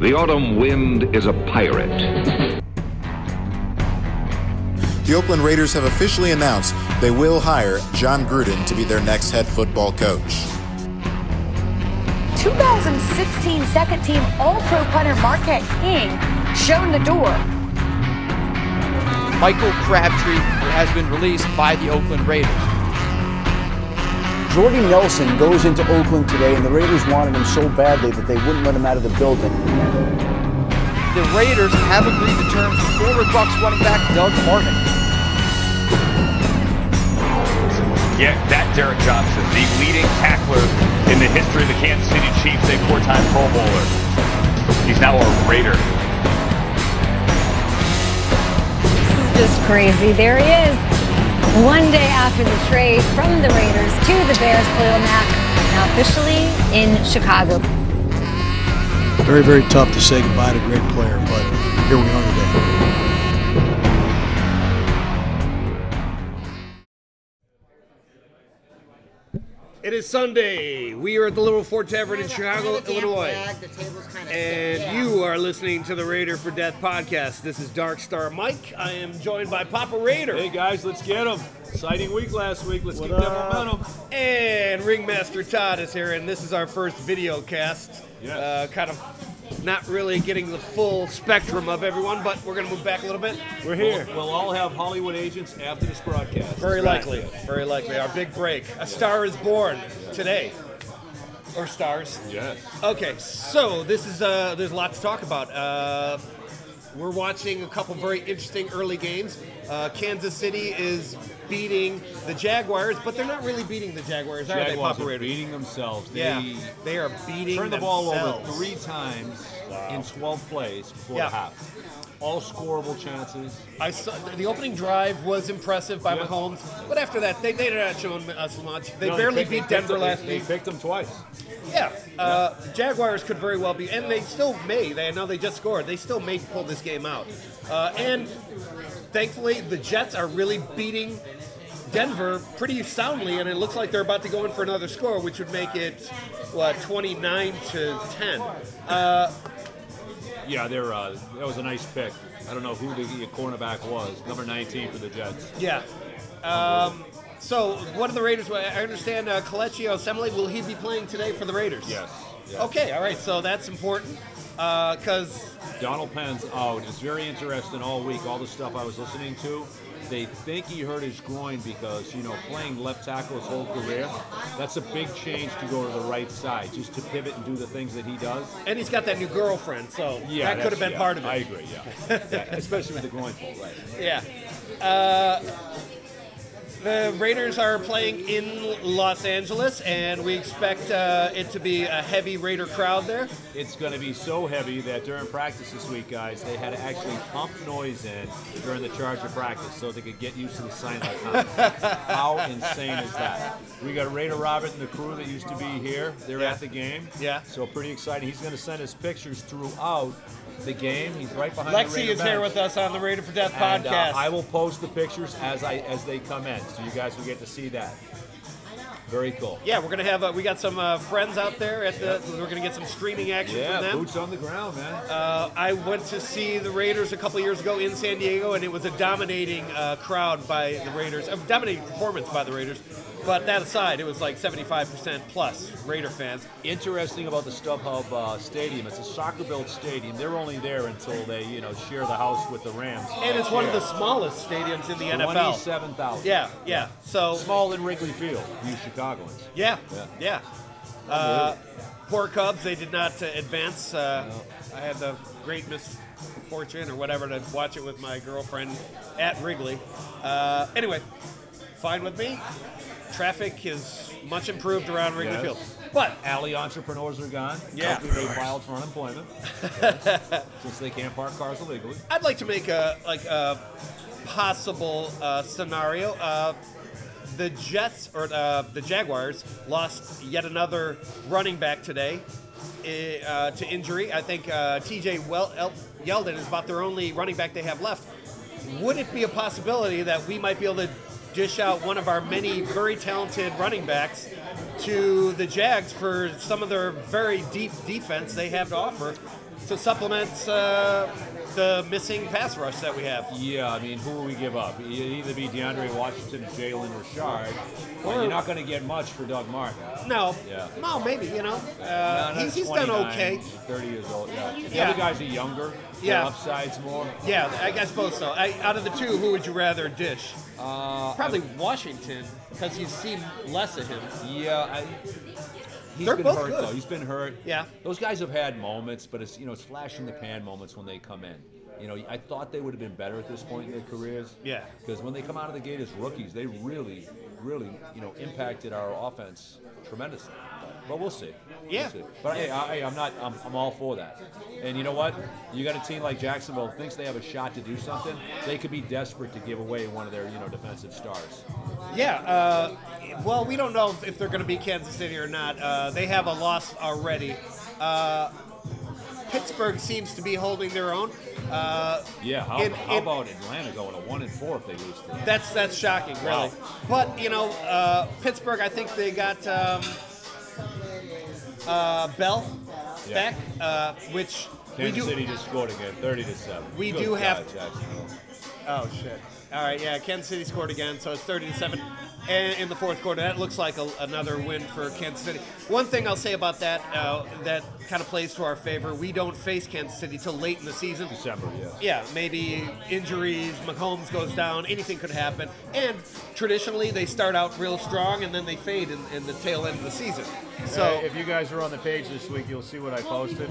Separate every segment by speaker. Speaker 1: The autumn wind is a pirate.
Speaker 2: The Oakland Raiders have officially announced they will hire John Gruden to be their next head football coach.
Speaker 3: 2016 second team All Pro punter Marquette King shown the door.
Speaker 4: Michael Crabtree has been released by the Oakland Raiders.
Speaker 5: Jordy Nelson goes into Oakland today, and the Raiders wanted him so badly that they wouldn't let him out of the building.
Speaker 4: The Raiders have agreed to terms with former Bucks running back Doug Martin.
Speaker 6: Yeah, that Derek Johnson, the leading tackler in the history of the Kansas City Chiefs, a four-time Pro Bowler. He's now a Raider.
Speaker 7: just crazy. There he is. One day after the trade from the Raiders to the Bears, Khalil Mack now officially in Chicago.
Speaker 8: Very, very tough to say goodbye to a great player, but here we are today.
Speaker 9: It is Sunday. We are at the Little Fort Tavern in Chicago, Illinois. And you are listening to the Raider for Death podcast. This is Dark Star Mike. I am joined by Papa Raider.
Speaker 10: Hey guys, let's get them. Sighting week last week. Let's
Speaker 9: What
Speaker 10: keep
Speaker 9: up?
Speaker 10: that momentum.
Speaker 9: And Ringmaster Todd is here, and this is our first video cast. Yeah. Uh, kind of not really getting the full spectrum of everyone, but we're going to move back a little bit.
Speaker 10: We're here. We'll, we'll all have Hollywood agents after this broadcast.
Speaker 9: Very
Speaker 10: That's
Speaker 9: likely.
Speaker 10: right.
Speaker 9: Very likely. Our big break. A star is born today. Or stars.
Speaker 10: Yes.
Speaker 9: Okay, so this is uh, there's a lot to talk about. Uh, we're watching a couple very interesting early games. Uh, Kansas City is beating the Jaguars, but they're not really beating the Jaguars, are they?
Speaker 10: Jaguars
Speaker 9: Papa
Speaker 10: are
Speaker 9: Raiders?
Speaker 10: beating themselves. They
Speaker 9: yeah, they are beating
Speaker 10: turned the ball over
Speaker 9: themselves.
Speaker 10: three times in 12 plays before
Speaker 9: Yeah.
Speaker 10: the half. All scoreable chances.
Speaker 9: I saw the opening drive was impressive by Mahomes, but after that, they they're not showing us much. They
Speaker 10: No,
Speaker 9: barely
Speaker 10: picked-
Speaker 9: beat
Speaker 10: they picked
Speaker 9: Denver
Speaker 10: them-
Speaker 9: last
Speaker 10: They
Speaker 9: week.
Speaker 10: picked them twice.
Speaker 9: Yeah, uh, Jaguars could very well be, and they still may. They I know they just scored. They still may pull this game out. Uh, and thankfully, the Jets are really beating Denver pretty soundly, and it looks like they're about to go in for another score, which would make it what 29 to 10. Uh,
Speaker 10: Yeah, they're, uh, that was a nice pick. I don't know who the cornerback was. Number 19 for the Jets.
Speaker 9: yeah. Um, so what are the Raiders? I understand uh, Coleccio Assembly. Will he be playing today for the Raiders?
Speaker 10: Yes. yes.
Speaker 9: Okay. All right. So that's important uh, because.
Speaker 10: Donald Penn's out. It's very interesting all week, all the stuff I was listening to. They think he hurt his groin because, you know, playing left tackle his whole career, that's a big change to go to the right side, just to pivot and do the things that he does.
Speaker 9: and he's got that new girlfriend, so
Speaker 10: Yeah,
Speaker 9: that could have
Speaker 10: that's-
Speaker 9: been
Speaker 10: yeah,
Speaker 9: part of it.
Speaker 10: I agree, yeah. Yeah, Especially with the groin pull, right?
Speaker 9: Yeah. Uh, the Raiders are playing in Los Angeles, and we expect uh, it to be a heavy Raider crowd there.
Speaker 10: It's going to be so heavy that during practice this week, guys, they had to actually pump noise in during the Charger practice so they could get used to the sign up How insane is that? We got Raider Robert and the crew that used to be here. They're at the game.
Speaker 9: Yeah.
Speaker 10: So pretty exciting. He's going to send us pictures throughout the game. He's right behind the
Speaker 9: Lexi
Speaker 10: Raider
Speaker 9: is here
Speaker 10: bench.
Speaker 9: with us on the Raider for Death
Speaker 10: And, uh,
Speaker 9: podcast.
Speaker 10: I will post the pictures as I as they come in, so you guys will get to see that. Very cool.
Speaker 9: yeah, we're gonna have uh, we got some uh, friends out there at the. We're gonna get some streaming action
Speaker 10: Yeah,
Speaker 9: from them.
Speaker 10: boots on the ground, man.
Speaker 9: Uh, I went to see the Raiders a couple years ago in San Diego, and it was a dominating uh, crowd by the Raiders, a dominating performance by the Raiders. But that aside, it was like 75% plus Raider fans.
Speaker 10: interesting about the StubHub uh, Stadium. It's a soccer-built stadium. They're only there until they, you know, share the house with the Rams.
Speaker 9: And it's one of the smallest stadiums in the NFL.
Speaker 10: Twenty-seven thousand.
Speaker 9: Yeah, yeah. So
Speaker 10: Smaller than Wrigley Field, you Chicagoans.
Speaker 9: yeah,
Speaker 10: Yeah.
Speaker 9: yeah. Uh, poor Cubs, they did not uh, advance. Uh, I had the great misfortune or whatever to watch it with my girlfriend at Wrigley. Uh, anyway, fine with me. Traffic is much improved around Wrigley
Speaker 10: Yes.
Speaker 9: Field, but
Speaker 10: Alley entrepreneurs are gone.
Speaker 9: Yeah.
Speaker 10: Hopefully they filed for unemployment since they can't park cars illegally.
Speaker 9: I'd like to make a like a possible uh, scenario. Uh, the Jets or uh, the Jaguars lost yet another running back today eh, uh, to injury. I think uh, T.J. Wel- El- Yeldon is about their only running back they have left. Would it be a possibility that we might be able to dish out one of our many very talented running backs to the Jags for some of their very deep defense they have to offer? to supplement uh, the missing pass rush that we have.
Speaker 10: Yeah, I mean, who will we give up? It'd either be DeAndre Washington, Jalen Richard, but
Speaker 9: Or-
Speaker 10: you're not going to get much for Doug Martin.
Speaker 9: No,
Speaker 10: Yeah.
Speaker 9: no, maybe you know,
Speaker 10: No,
Speaker 9: uh,
Speaker 10: no,
Speaker 9: he's, he's done
Speaker 10: 29,
Speaker 9: okay.
Speaker 10: he's 30 years old. Yeah. The
Speaker 9: Yeah.
Speaker 10: other guys are younger. Their
Speaker 9: Yeah.
Speaker 10: upside's more.
Speaker 9: Yeah, I guess both so. I, out of the two, who would you rather dish?
Speaker 10: Uh,
Speaker 9: Probably Washington, because you've seen less of him.
Speaker 10: Yeah, I, he's
Speaker 9: They're
Speaker 10: been
Speaker 9: both
Speaker 10: hurt
Speaker 9: good.
Speaker 10: though. He's been hurt.
Speaker 9: Yeah.
Speaker 10: those guys have had moments, but it's you know it's flash in the pan moments when they come in. You know, I thought they would have been better at this point in their careers.
Speaker 9: Yeah.
Speaker 10: because when they come out of the gate as rookies, they really, really you know impacted our offense tremendously. But we'll see.
Speaker 9: Yeah.
Speaker 10: We'll see. But hey, I, hey, I'm not. I'm, I'm all for that. And you know what? You got a team like Jacksonville who thinks they have a shot to do something. They could be desperate to give away one of their you know defensive stars.
Speaker 9: Yeah. Uh, well, we don't know if they're going to be Kansas City or not. Uh, they have a loss already. Uh, Pittsburgh seems to be holding their own. Uh,
Speaker 10: Yeah, how,
Speaker 9: in-
Speaker 10: how
Speaker 9: in-
Speaker 10: about Atlanta going to one and four if they lose today?
Speaker 9: That's that's shocking, really.
Speaker 10: Wow.
Speaker 9: But you know, uh, Pittsburgh. I think they got um, uh, Bell
Speaker 10: Yeah.
Speaker 9: back, uh, which we
Speaker 10: Kansas
Speaker 9: do.
Speaker 10: City just scored again, thirty to seven.
Speaker 9: We
Speaker 10: Good
Speaker 9: do
Speaker 10: God,
Speaker 9: have-
Speaker 10: Jacksonville.
Speaker 9: Oh shit! All right, yeah. Kansas City scored again, so it's thirty to seven, and in the fourth quarter, that looks like a, another win for Kansas City. One thing I'll say about that uh, that kind of plays to our favor: we don't face Kansas City till late in the season.
Speaker 10: December, yeah.
Speaker 9: Yeah, maybe injuries, Mahomes goes down, anything could happen. And traditionally, they start out real strong and then they fade in, in the tail end of the season. So,
Speaker 11: Uh, if you guys are on the page this week, you'll see what I posted.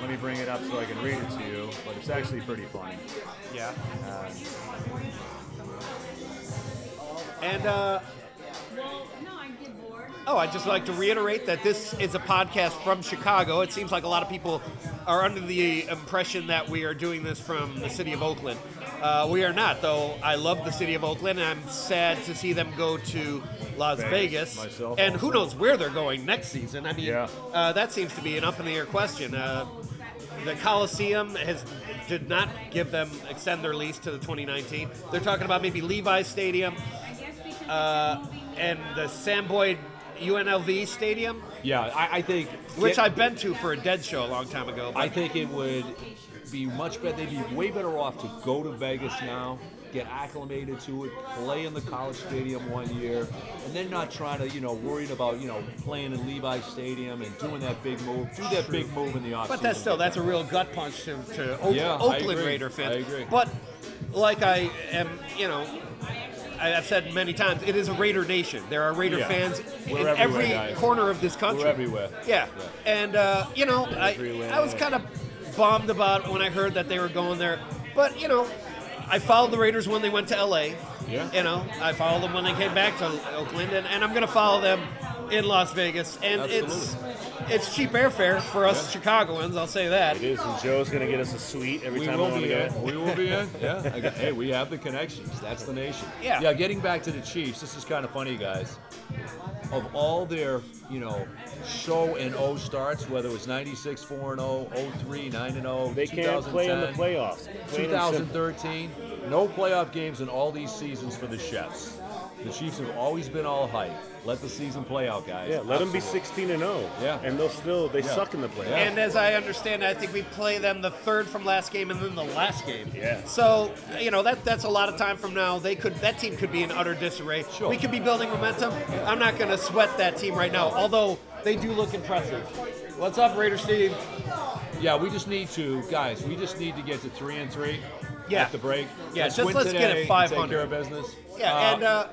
Speaker 11: Let me bring it up so I can read it to you. But it's actually pretty funny.
Speaker 9: yeah. and, uh, Oh, I'd just like to reiterate that this is a podcast from Chicago. It seems like a lot of people are under the impression that we are doing this from the city of Oakland. Uh, we are not, though I love the city of Oakland, and I'm sad to see them go to Las
Speaker 11: Vegas,
Speaker 9: Vegas.
Speaker 11: myself
Speaker 9: and who
Speaker 11: also.
Speaker 9: knows where they're going next season. I mean,
Speaker 11: Yeah.
Speaker 9: uh, that seems to be an up in the air question. Uh, the Coliseum has did not give them extend their lease to the 2019. They're talking about maybe Levi's Stadium uh, and the Sam Boyd UNLV Stadium,
Speaker 10: Yeah, I, I think
Speaker 9: which
Speaker 10: I
Speaker 9: I've been to for a dead show a long time ago. But
Speaker 10: I think it would be much better. They'd be way better off to go to Vegas now, get acclimated to it, play in the college stadium one year, and then not trying to, you know, worried about, you know, playing in Levi Stadium and doing that big move. Do that big move in the offseason.
Speaker 9: But that's still that's a real gut punch to, to Oak-
Speaker 10: Yeah, I
Speaker 9: Oakland
Speaker 10: agree.
Speaker 9: Raider fans.
Speaker 10: I agree.
Speaker 9: But like I am, you know, I- I've said many times, it is a Raider nation. There are Raider
Speaker 10: Yeah.
Speaker 9: fans
Speaker 10: We're
Speaker 9: in
Speaker 10: everywhere,
Speaker 9: every
Speaker 10: guys.
Speaker 9: corner of this country.
Speaker 10: We're everywhere.
Speaker 9: Yeah,
Speaker 10: Yeah.
Speaker 9: and uh, you know, I,
Speaker 10: Everywhere.
Speaker 9: I was kind of bummed about when I heard that they were going there, but you know. I followed the Raiders when they went to LA.
Speaker 10: Yeah.
Speaker 9: You know, I followed them when they came back to Oakland, and, and I'm going to follow them in Las Vegas. And it's it's cheap airfare for us Chicagoans, I'll say that.
Speaker 11: It is, and Joe's gonna get us a suite every
Speaker 10: we
Speaker 11: time
Speaker 10: will
Speaker 11: we want to
Speaker 10: be
Speaker 11: go.
Speaker 10: in. We will be in. Yeah. I got- hey, we have the connections. That's the nation.
Speaker 9: Yeah.
Speaker 10: Yeah. Getting back to the Chiefs, this is kind of funny, guys. Of all their, you know, so and O starts, whether it was 96, 4 and oh, 0, 03, 9 and oh, 0,
Speaker 11: They can't play in the
Speaker 10: 2010,
Speaker 11: playoffs. Plain and simple.
Speaker 10: 2013, no playoff games in all these seasons for the Chiefs. The Chiefs have always been all hype. Let the season play out, guys.
Speaker 11: Yeah, let them be
Speaker 10: Absolutely.
Speaker 11: 16 and 0.
Speaker 10: Yeah.
Speaker 11: and they'll still they
Speaker 10: Yeah.
Speaker 11: suck in the playoffs.
Speaker 10: Yeah.
Speaker 9: And as I understand, I think we play them the third from last game and then the last game.
Speaker 11: Yeah.
Speaker 9: So you know that that's a lot of time from now. They could that team could be in utter disarray.
Speaker 10: Sure.
Speaker 9: We could be building momentum. I'm not going to sweat that team right now. Although they do look impressive. What's up, Raider Steve?
Speaker 10: Yeah, we just need to, guys. We just need to get to three and three.
Speaker 9: Yeah.
Speaker 10: At the break.
Speaker 9: Yeah, just
Speaker 10: win
Speaker 9: let's get
Speaker 10: today
Speaker 9: it
Speaker 10: and
Speaker 9: 500.
Speaker 10: Take care of business.
Speaker 9: Yeah,
Speaker 10: Uh,
Speaker 9: and uh,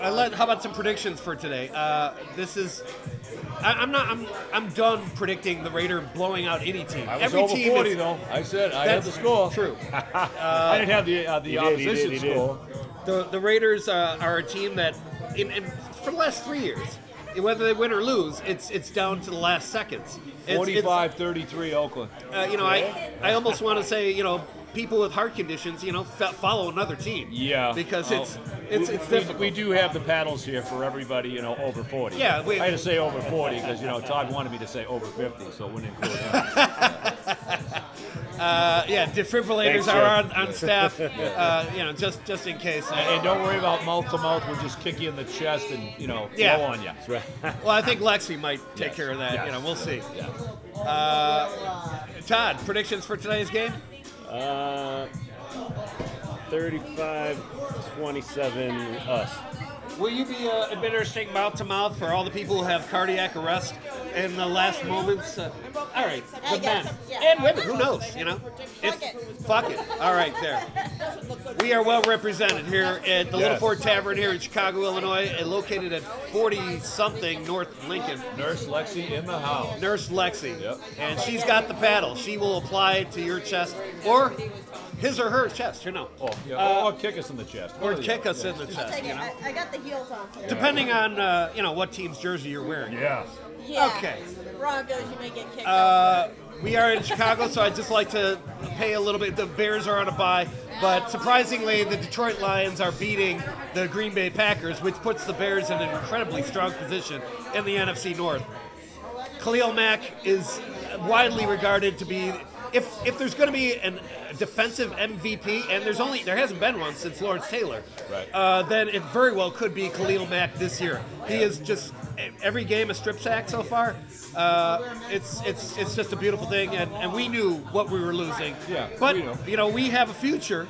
Speaker 9: I let, how about some predictions for today? Uh, this is. I, I'm not. I'm. I'm done predicting the Raider blowing out any team.
Speaker 10: I was
Speaker 9: Every
Speaker 10: over
Speaker 9: team
Speaker 10: 40
Speaker 9: is.
Speaker 10: though. I said I had
Speaker 9: That's
Speaker 10: the score.
Speaker 9: True.
Speaker 10: I didn't have the uh,
Speaker 11: He did,
Speaker 10: the
Speaker 11: he did,
Speaker 10: opposition
Speaker 11: he did.
Speaker 10: score.
Speaker 9: The, the Raiders uh, are a team that, in, in, for the last three years, whether they win or lose, it's it's down to the last seconds. It's-
Speaker 10: 45-33 Oakland.
Speaker 9: It's, uh, you know, I I almost want to say, you know, people with heart conditions, you know, fe- follow another team.
Speaker 10: Yeah.
Speaker 9: Because
Speaker 10: Oh,
Speaker 9: it's it's
Speaker 10: we-
Speaker 9: it's
Speaker 10: we-
Speaker 9: difficult.
Speaker 11: We do have the paddles here for everybody, you know, over 40.
Speaker 9: Yeah, we-
Speaker 10: I had to say over 40 because you know Todd wanted me to say over 50, so it wouldn't include him.
Speaker 9: Uh, yeah, defibrillators
Speaker 11: Thanks,
Speaker 9: are
Speaker 11: Jeff.
Speaker 9: on, on staff. uh, you know, just just in case. Uh,
Speaker 10: and, and don't worry about mouth to mouth. We'll just kick you in the chest and you know
Speaker 9: Yeah.
Speaker 10: blow on you.
Speaker 9: Well, I think Lexi might take
Speaker 10: Yes.
Speaker 9: care of that.
Speaker 10: Yes.
Speaker 9: You know, we'll see.
Speaker 10: Yeah.
Speaker 9: Uh, Todd, predictions for tonight's game?
Speaker 12: Uh, 35 27 us.
Speaker 9: Will you be uh, administering mouth to mouth for all the people who have cardiac arrest in the last moments? Uh, all right, with men and women, who knows? You know, It's- fuck it. All right, there. We are well represented here at the Little
Speaker 10: Yes.
Speaker 9: Fort Tavern here in Chicago, Illinois, and located at 40 something North Lincoln.
Speaker 10: Nurse Lexi in the house.
Speaker 9: Nurse Lexi. Yep. And she's got the paddle. She will apply it to your chest or his or her chest, you know. Oh,
Speaker 10: Yeah, or, or kick us in the chest.
Speaker 9: or
Speaker 10: One the
Speaker 9: kick
Speaker 10: other,
Speaker 9: us
Speaker 10: yeah.
Speaker 9: in the
Speaker 13: I'll
Speaker 9: chest,
Speaker 13: take
Speaker 9: you
Speaker 13: it.
Speaker 9: know.
Speaker 13: I, I got the heels on.
Speaker 9: Depending on uh, you know what team's jersey you're wearing. Yeah.
Speaker 13: Yeah.
Speaker 9: Okay.
Speaker 13: Broncos, you may get kicked.
Speaker 9: Uh, we are in Chicago, so I'd just like to pay a little bit. The Bears are on a bye, but surprisingly, the Detroit Lions are beating the Green Bay Packers, which puts the Bears in an incredibly strong position in the NFC North. Khalil Mack is widely regarded to be. If, if there's going to be an a defensive MVP, and there's only there hasn't been one since Lawrence Taylor,
Speaker 10: Right.
Speaker 9: uh, then it very well could be Khalil Mack this year. He is just every game a strip sack so far. Uh, it's it's it's just a beautiful thing, and, and we knew what we were losing.
Speaker 10: Yeah,
Speaker 9: but
Speaker 10: we know.
Speaker 9: you know we have a future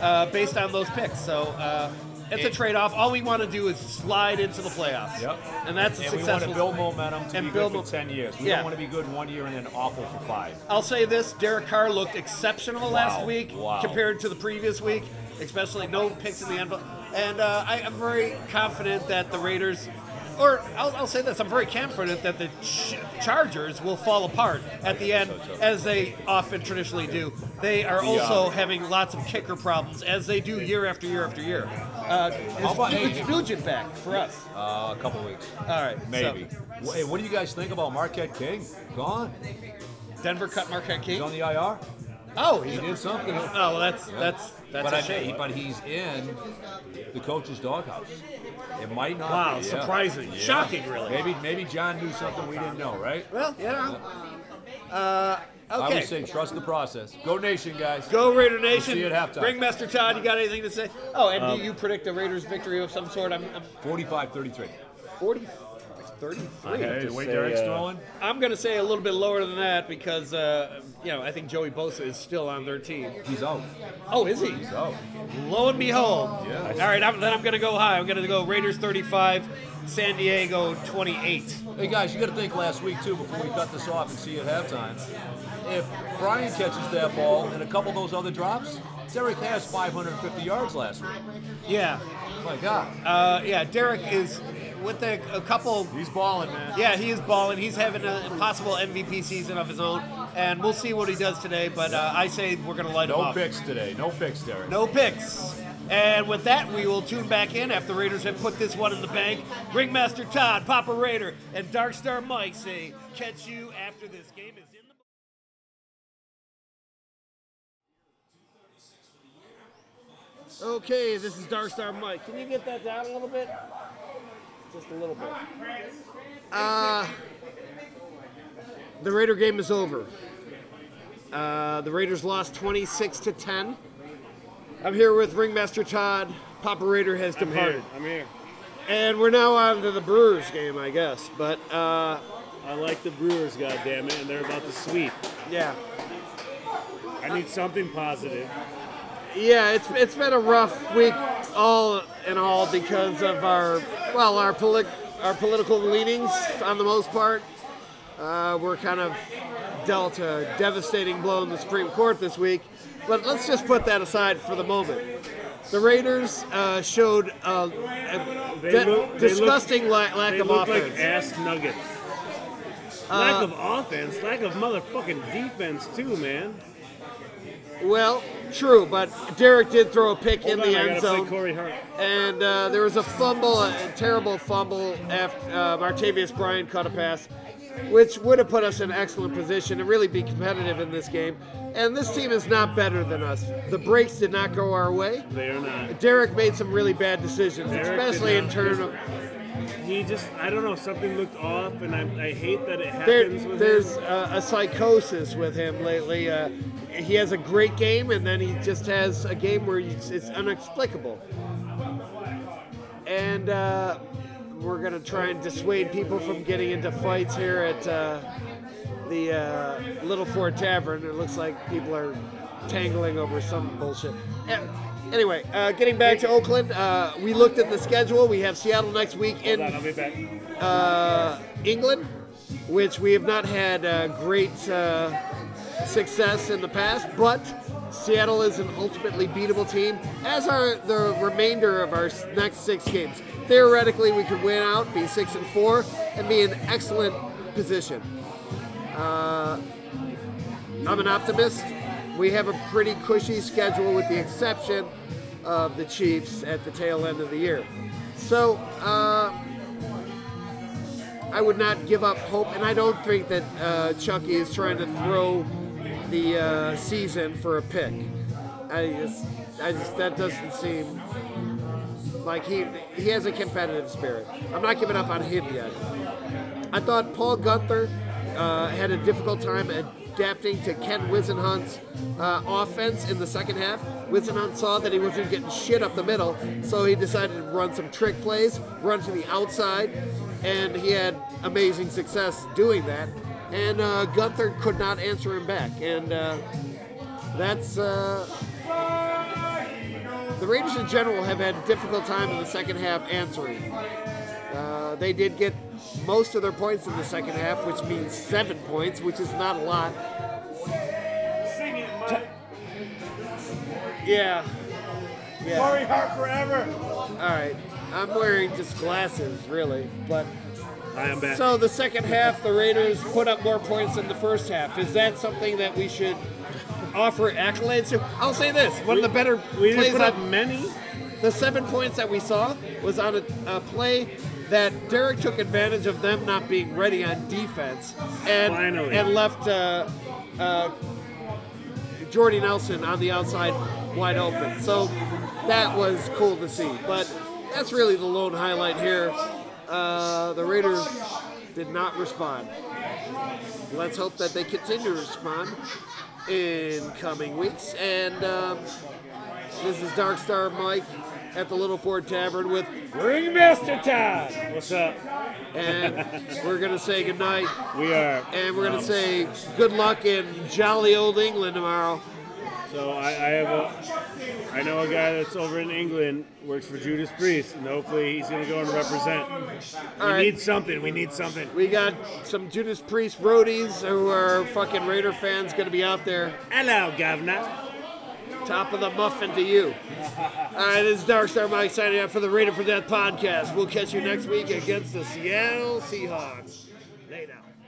Speaker 9: uh, based on those picks. So uh, it's a trade off. All we want to do is slide into the playoffs.
Speaker 10: Yep.
Speaker 9: and that's a
Speaker 10: and we want
Speaker 9: successful.
Speaker 10: to build momentum to
Speaker 9: and
Speaker 10: be
Speaker 9: build
Speaker 10: good
Speaker 9: mo-
Speaker 10: for ten years. We
Speaker 9: yeah.
Speaker 10: don't want to be good one year and then awful for five.
Speaker 9: I'll say this: Derek Carr looked exceptional last
Speaker 10: Wow,
Speaker 9: week
Speaker 10: wow.
Speaker 9: compared to the previous week, especially no picks in the end. And uh, I am very confident that the Raiders, or I'll, I'll say this: I'm very confident that the Ch- Chargers will fall apart at the end, as they often traditionally do. They are
Speaker 10: Yeah.
Speaker 9: also having lots of kicker problems, as they do year after year after year. Uh,
Speaker 10: How about-
Speaker 9: is Nugent- Nugent back for us?
Speaker 10: Uh, a couple weeks. All
Speaker 9: right, so-
Speaker 10: maybe. Wh- Hey, what do you guys think about Marquette King? Gone.
Speaker 9: Denver cut Marquette King. He's
Speaker 10: on the IR.
Speaker 9: Oh,
Speaker 10: he did something.
Speaker 9: Oh, well, that's that's that's
Speaker 10: but
Speaker 9: a
Speaker 10: I-
Speaker 9: shame.
Speaker 10: but he's in the coach's doghouse. It might not.
Speaker 9: Wow,
Speaker 10: be, yeah.
Speaker 9: surprising. Shocking, really.
Speaker 10: Maybe maybe John knew something we didn't know, right?
Speaker 9: Well, you know. Uh,
Speaker 10: I
Speaker 9: okay.
Speaker 10: would say trust the process. Go Nation, guys.
Speaker 9: Go Raider Nation.
Speaker 10: We'll see you at halftime.
Speaker 9: Ring Master Todd, you got anything to say? Oh, and
Speaker 10: Um,
Speaker 9: do you predict a Raiders victory of some sort? I'm, I'm
Speaker 10: 45-33.
Speaker 9: 40, 33.
Speaker 10: I have to Wait, say, Derek's uh, throwing?
Speaker 9: I'm going to say a little bit lower than that because, uh, you know, I think Joey Bosa is still on their team.
Speaker 10: He's out.
Speaker 9: Oh, is he?
Speaker 10: He's out.
Speaker 9: Lo and behold.
Speaker 10: Yeah.
Speaker 9: All right, I'm, then I'm going to go high. I'm going to go Raiders 35, San Diego 28.
Speaker 10: Hey guys, you got to think last week too before we cut this off and see you at halftime. If Brian catches that ball and a couple of those other drops, Derek has 550 yards last week.
Speaker 9: Yeah.
Speaker 10: My God.
Speaker 9: Uh, yeah, Derek is with a, a couple. He's balling, man. Yeah, he is balling. He's having an possible MVP season of his own, and we'll see what he does today. But uh, I say we're going to light him
Speaker 10: No
Speaker 9: up.
Speaker 10: picks today. No picks, Derek.
Speaker 9: No picks. And with that, we will tune back in after the Raiders have put this one in the bank. Ringmaster Todd, Papa Raider, and Dark Star Mike say, catch you after this game is in the. Okay, this is Dark Star Mike. Can you get that down a little bit? Just a little bit. Uh, the Raider game is over. Uh, the Raiders lost 26 to 10. I'm here with Ringmaster Todd. Papa Raider has
Speaker 14: I'm
Speaker 9: departed.
Speaker 14: here. I'm here.
Speaker 9: And we're now on to the Brewers game, I guess. But uh,
Speaker 14: I like the Brewers, goddammit, and they're about to sweep.
Speaker 9: Yeah.
Speaker 14: I need something positive.
Speaker 9: Yeah, it's it's been a rough week all in all because of our well our polit- our political leanings on the most part. Uh, we're kind of dealt a devastating blow in the Supreme Court this week, but let's just put that aside for the moment. The Raiders uh, showed uh, a
Speaker 14: They
Speaker 9: de-
Speaker 14: look- they
Speaker 9: disgusting
Speaker 14: look-
Speaker 9: la- lack
Speaker 14: they
Speaker 9: of
Speaker 14: look
Speaker 9: offense.
Speaker 14: Like ass nuggets. lack
Speaker 9: Uh,
Speaker 14: of offense, lack of motherfucking defense too, man.
Speaker 9: Well, true, but Derek did throw a pick
Speaker 14: Hold
Speaker 9: in
Speaker 14: on, I
Speaker 9: the end
Speaker 14: gotta play
Speaker 9: zone.
Speaker 14: Corey Hart.
Speaker 9: And uh, there was a fumble, a terrible fumble after uh, Martavius Bryant caught a pass, which would have put us in excellent position to really be competitive in this game. And this team is not better than us. The breaks did not go our way.
Speaker 14: They are not.
Speaker 9: Derek made some really bad decisions,
Speaker 14: Derek did
Speaker 9: especially in
Speaker 14: not.
Speaker 9: terms of
Speaker 14: He just, I don't know, something looked off, and I, I hate that it
Speaker 9: There,
Speaker 14: happens with
Speaker 9: there's
Speaker 14: him.
Speaker 9: a, a psychosis with him lately. Uh, he has a great game, and then he just has a game where you, it's inexplicable. And uh, we're going to try and dissuade people from getting into fights here at uh, the uh, Little Ford Tavern. It looks like people are tangling over some bullshit. Eh, Anyway, uh, getting back to Oakland, uh, we looked at the schedule. We have Seattle next week in
Speaker 14: Hold on, I'll be back.
Speaker 9: uh, England, which we have not had uh, great uh, success in the past, but Seattle is an ultimately beatable team, as are the remainder of our s- next six games. Theoretically, we could win out, be six and four, and be in excellent position. Uh, I'm an optimist. We have a pretty cushy schedule, with the exception of the Chiefs at the tail end of the year. So, uh, I would not give up hope, and I don't think that uh, Chucky is trying to throw the uh, season for a pick. I just, I just that doesn't seem like he he has a competitive spirit. I'm not giving up on him yet. I thought Paul Gunther uh, had a difficult time adapting to Ken Wisenhunt's uh, offense in the second half. Wisenhunt saw that he wasn't getting shit up the middle, so he decided to run some trick plays, run to the outside, and he had amazing success doing that. And uh, Gunther could not answer him back, and uh, that's. Uh, the Raiders in general have had a difficult time in the second half answering. Uh, they did get most of their points in the second half, which means seven points, which is not a lot.
Speaker 14: Sing it, Mike.
Speaker 9: Yeah. yeah.
Speaker 14: Murray Hart forever.
Speaker 9: All right. I'm wearing just glasses, really, but.
Speaker 14: I am back.
Speaker 9: So the second half, the Raiders put up more points than the first half. Is that something that we should offer accolades to? I'll say this: one of the better
Speaker 14: we didn't
Speaker 9: plays
Speaker 14: put
Speaker 9: on-
Speaker 14: up many.
Speaker 9: The seven points that we saw was on a, a play that Derek took advantage of them not being ready on defense and
Speaker 14: Finally.
Speaker 9: and left uh, uh, Jordy Nelson on the outside wide open. So that was cool to see. But that's really the lone highlight here. Uh, the Raiders did not respond. Let's hope that they continue to respond in coming weeks. And um, this is Dark Star Mike at the Little Ford Tavern with Ringmaster Todd.
Speaker 14: What's up?
Speaker 9: And we're gonna say goodnight.
Speaker 14: We are.
Speaker 9: And we're gonna
Speaker 14: Um,
Speaker 9: say good luck in jolly old England tomorrow.
Speaker 14: So I, I have a, I know a guy that's over in England works for Judas Priest, and hopefully he's gonna go and represent.
Speaker 9: All
Speaker 14: we
Speaker 9: right.
Speaker 14: need something. We need something.
Speaker 9: We got some Judas Priest roadies who are fucking Raider fans gonna be out there.
Speaker 14: Hello, Governor.
Speaker 9: Top of the muffin to you. All right, this is Dark Star Mike signing out for the Raider for Death podcast. We'll catch you next week against the Seattle Seahawks. Lay down.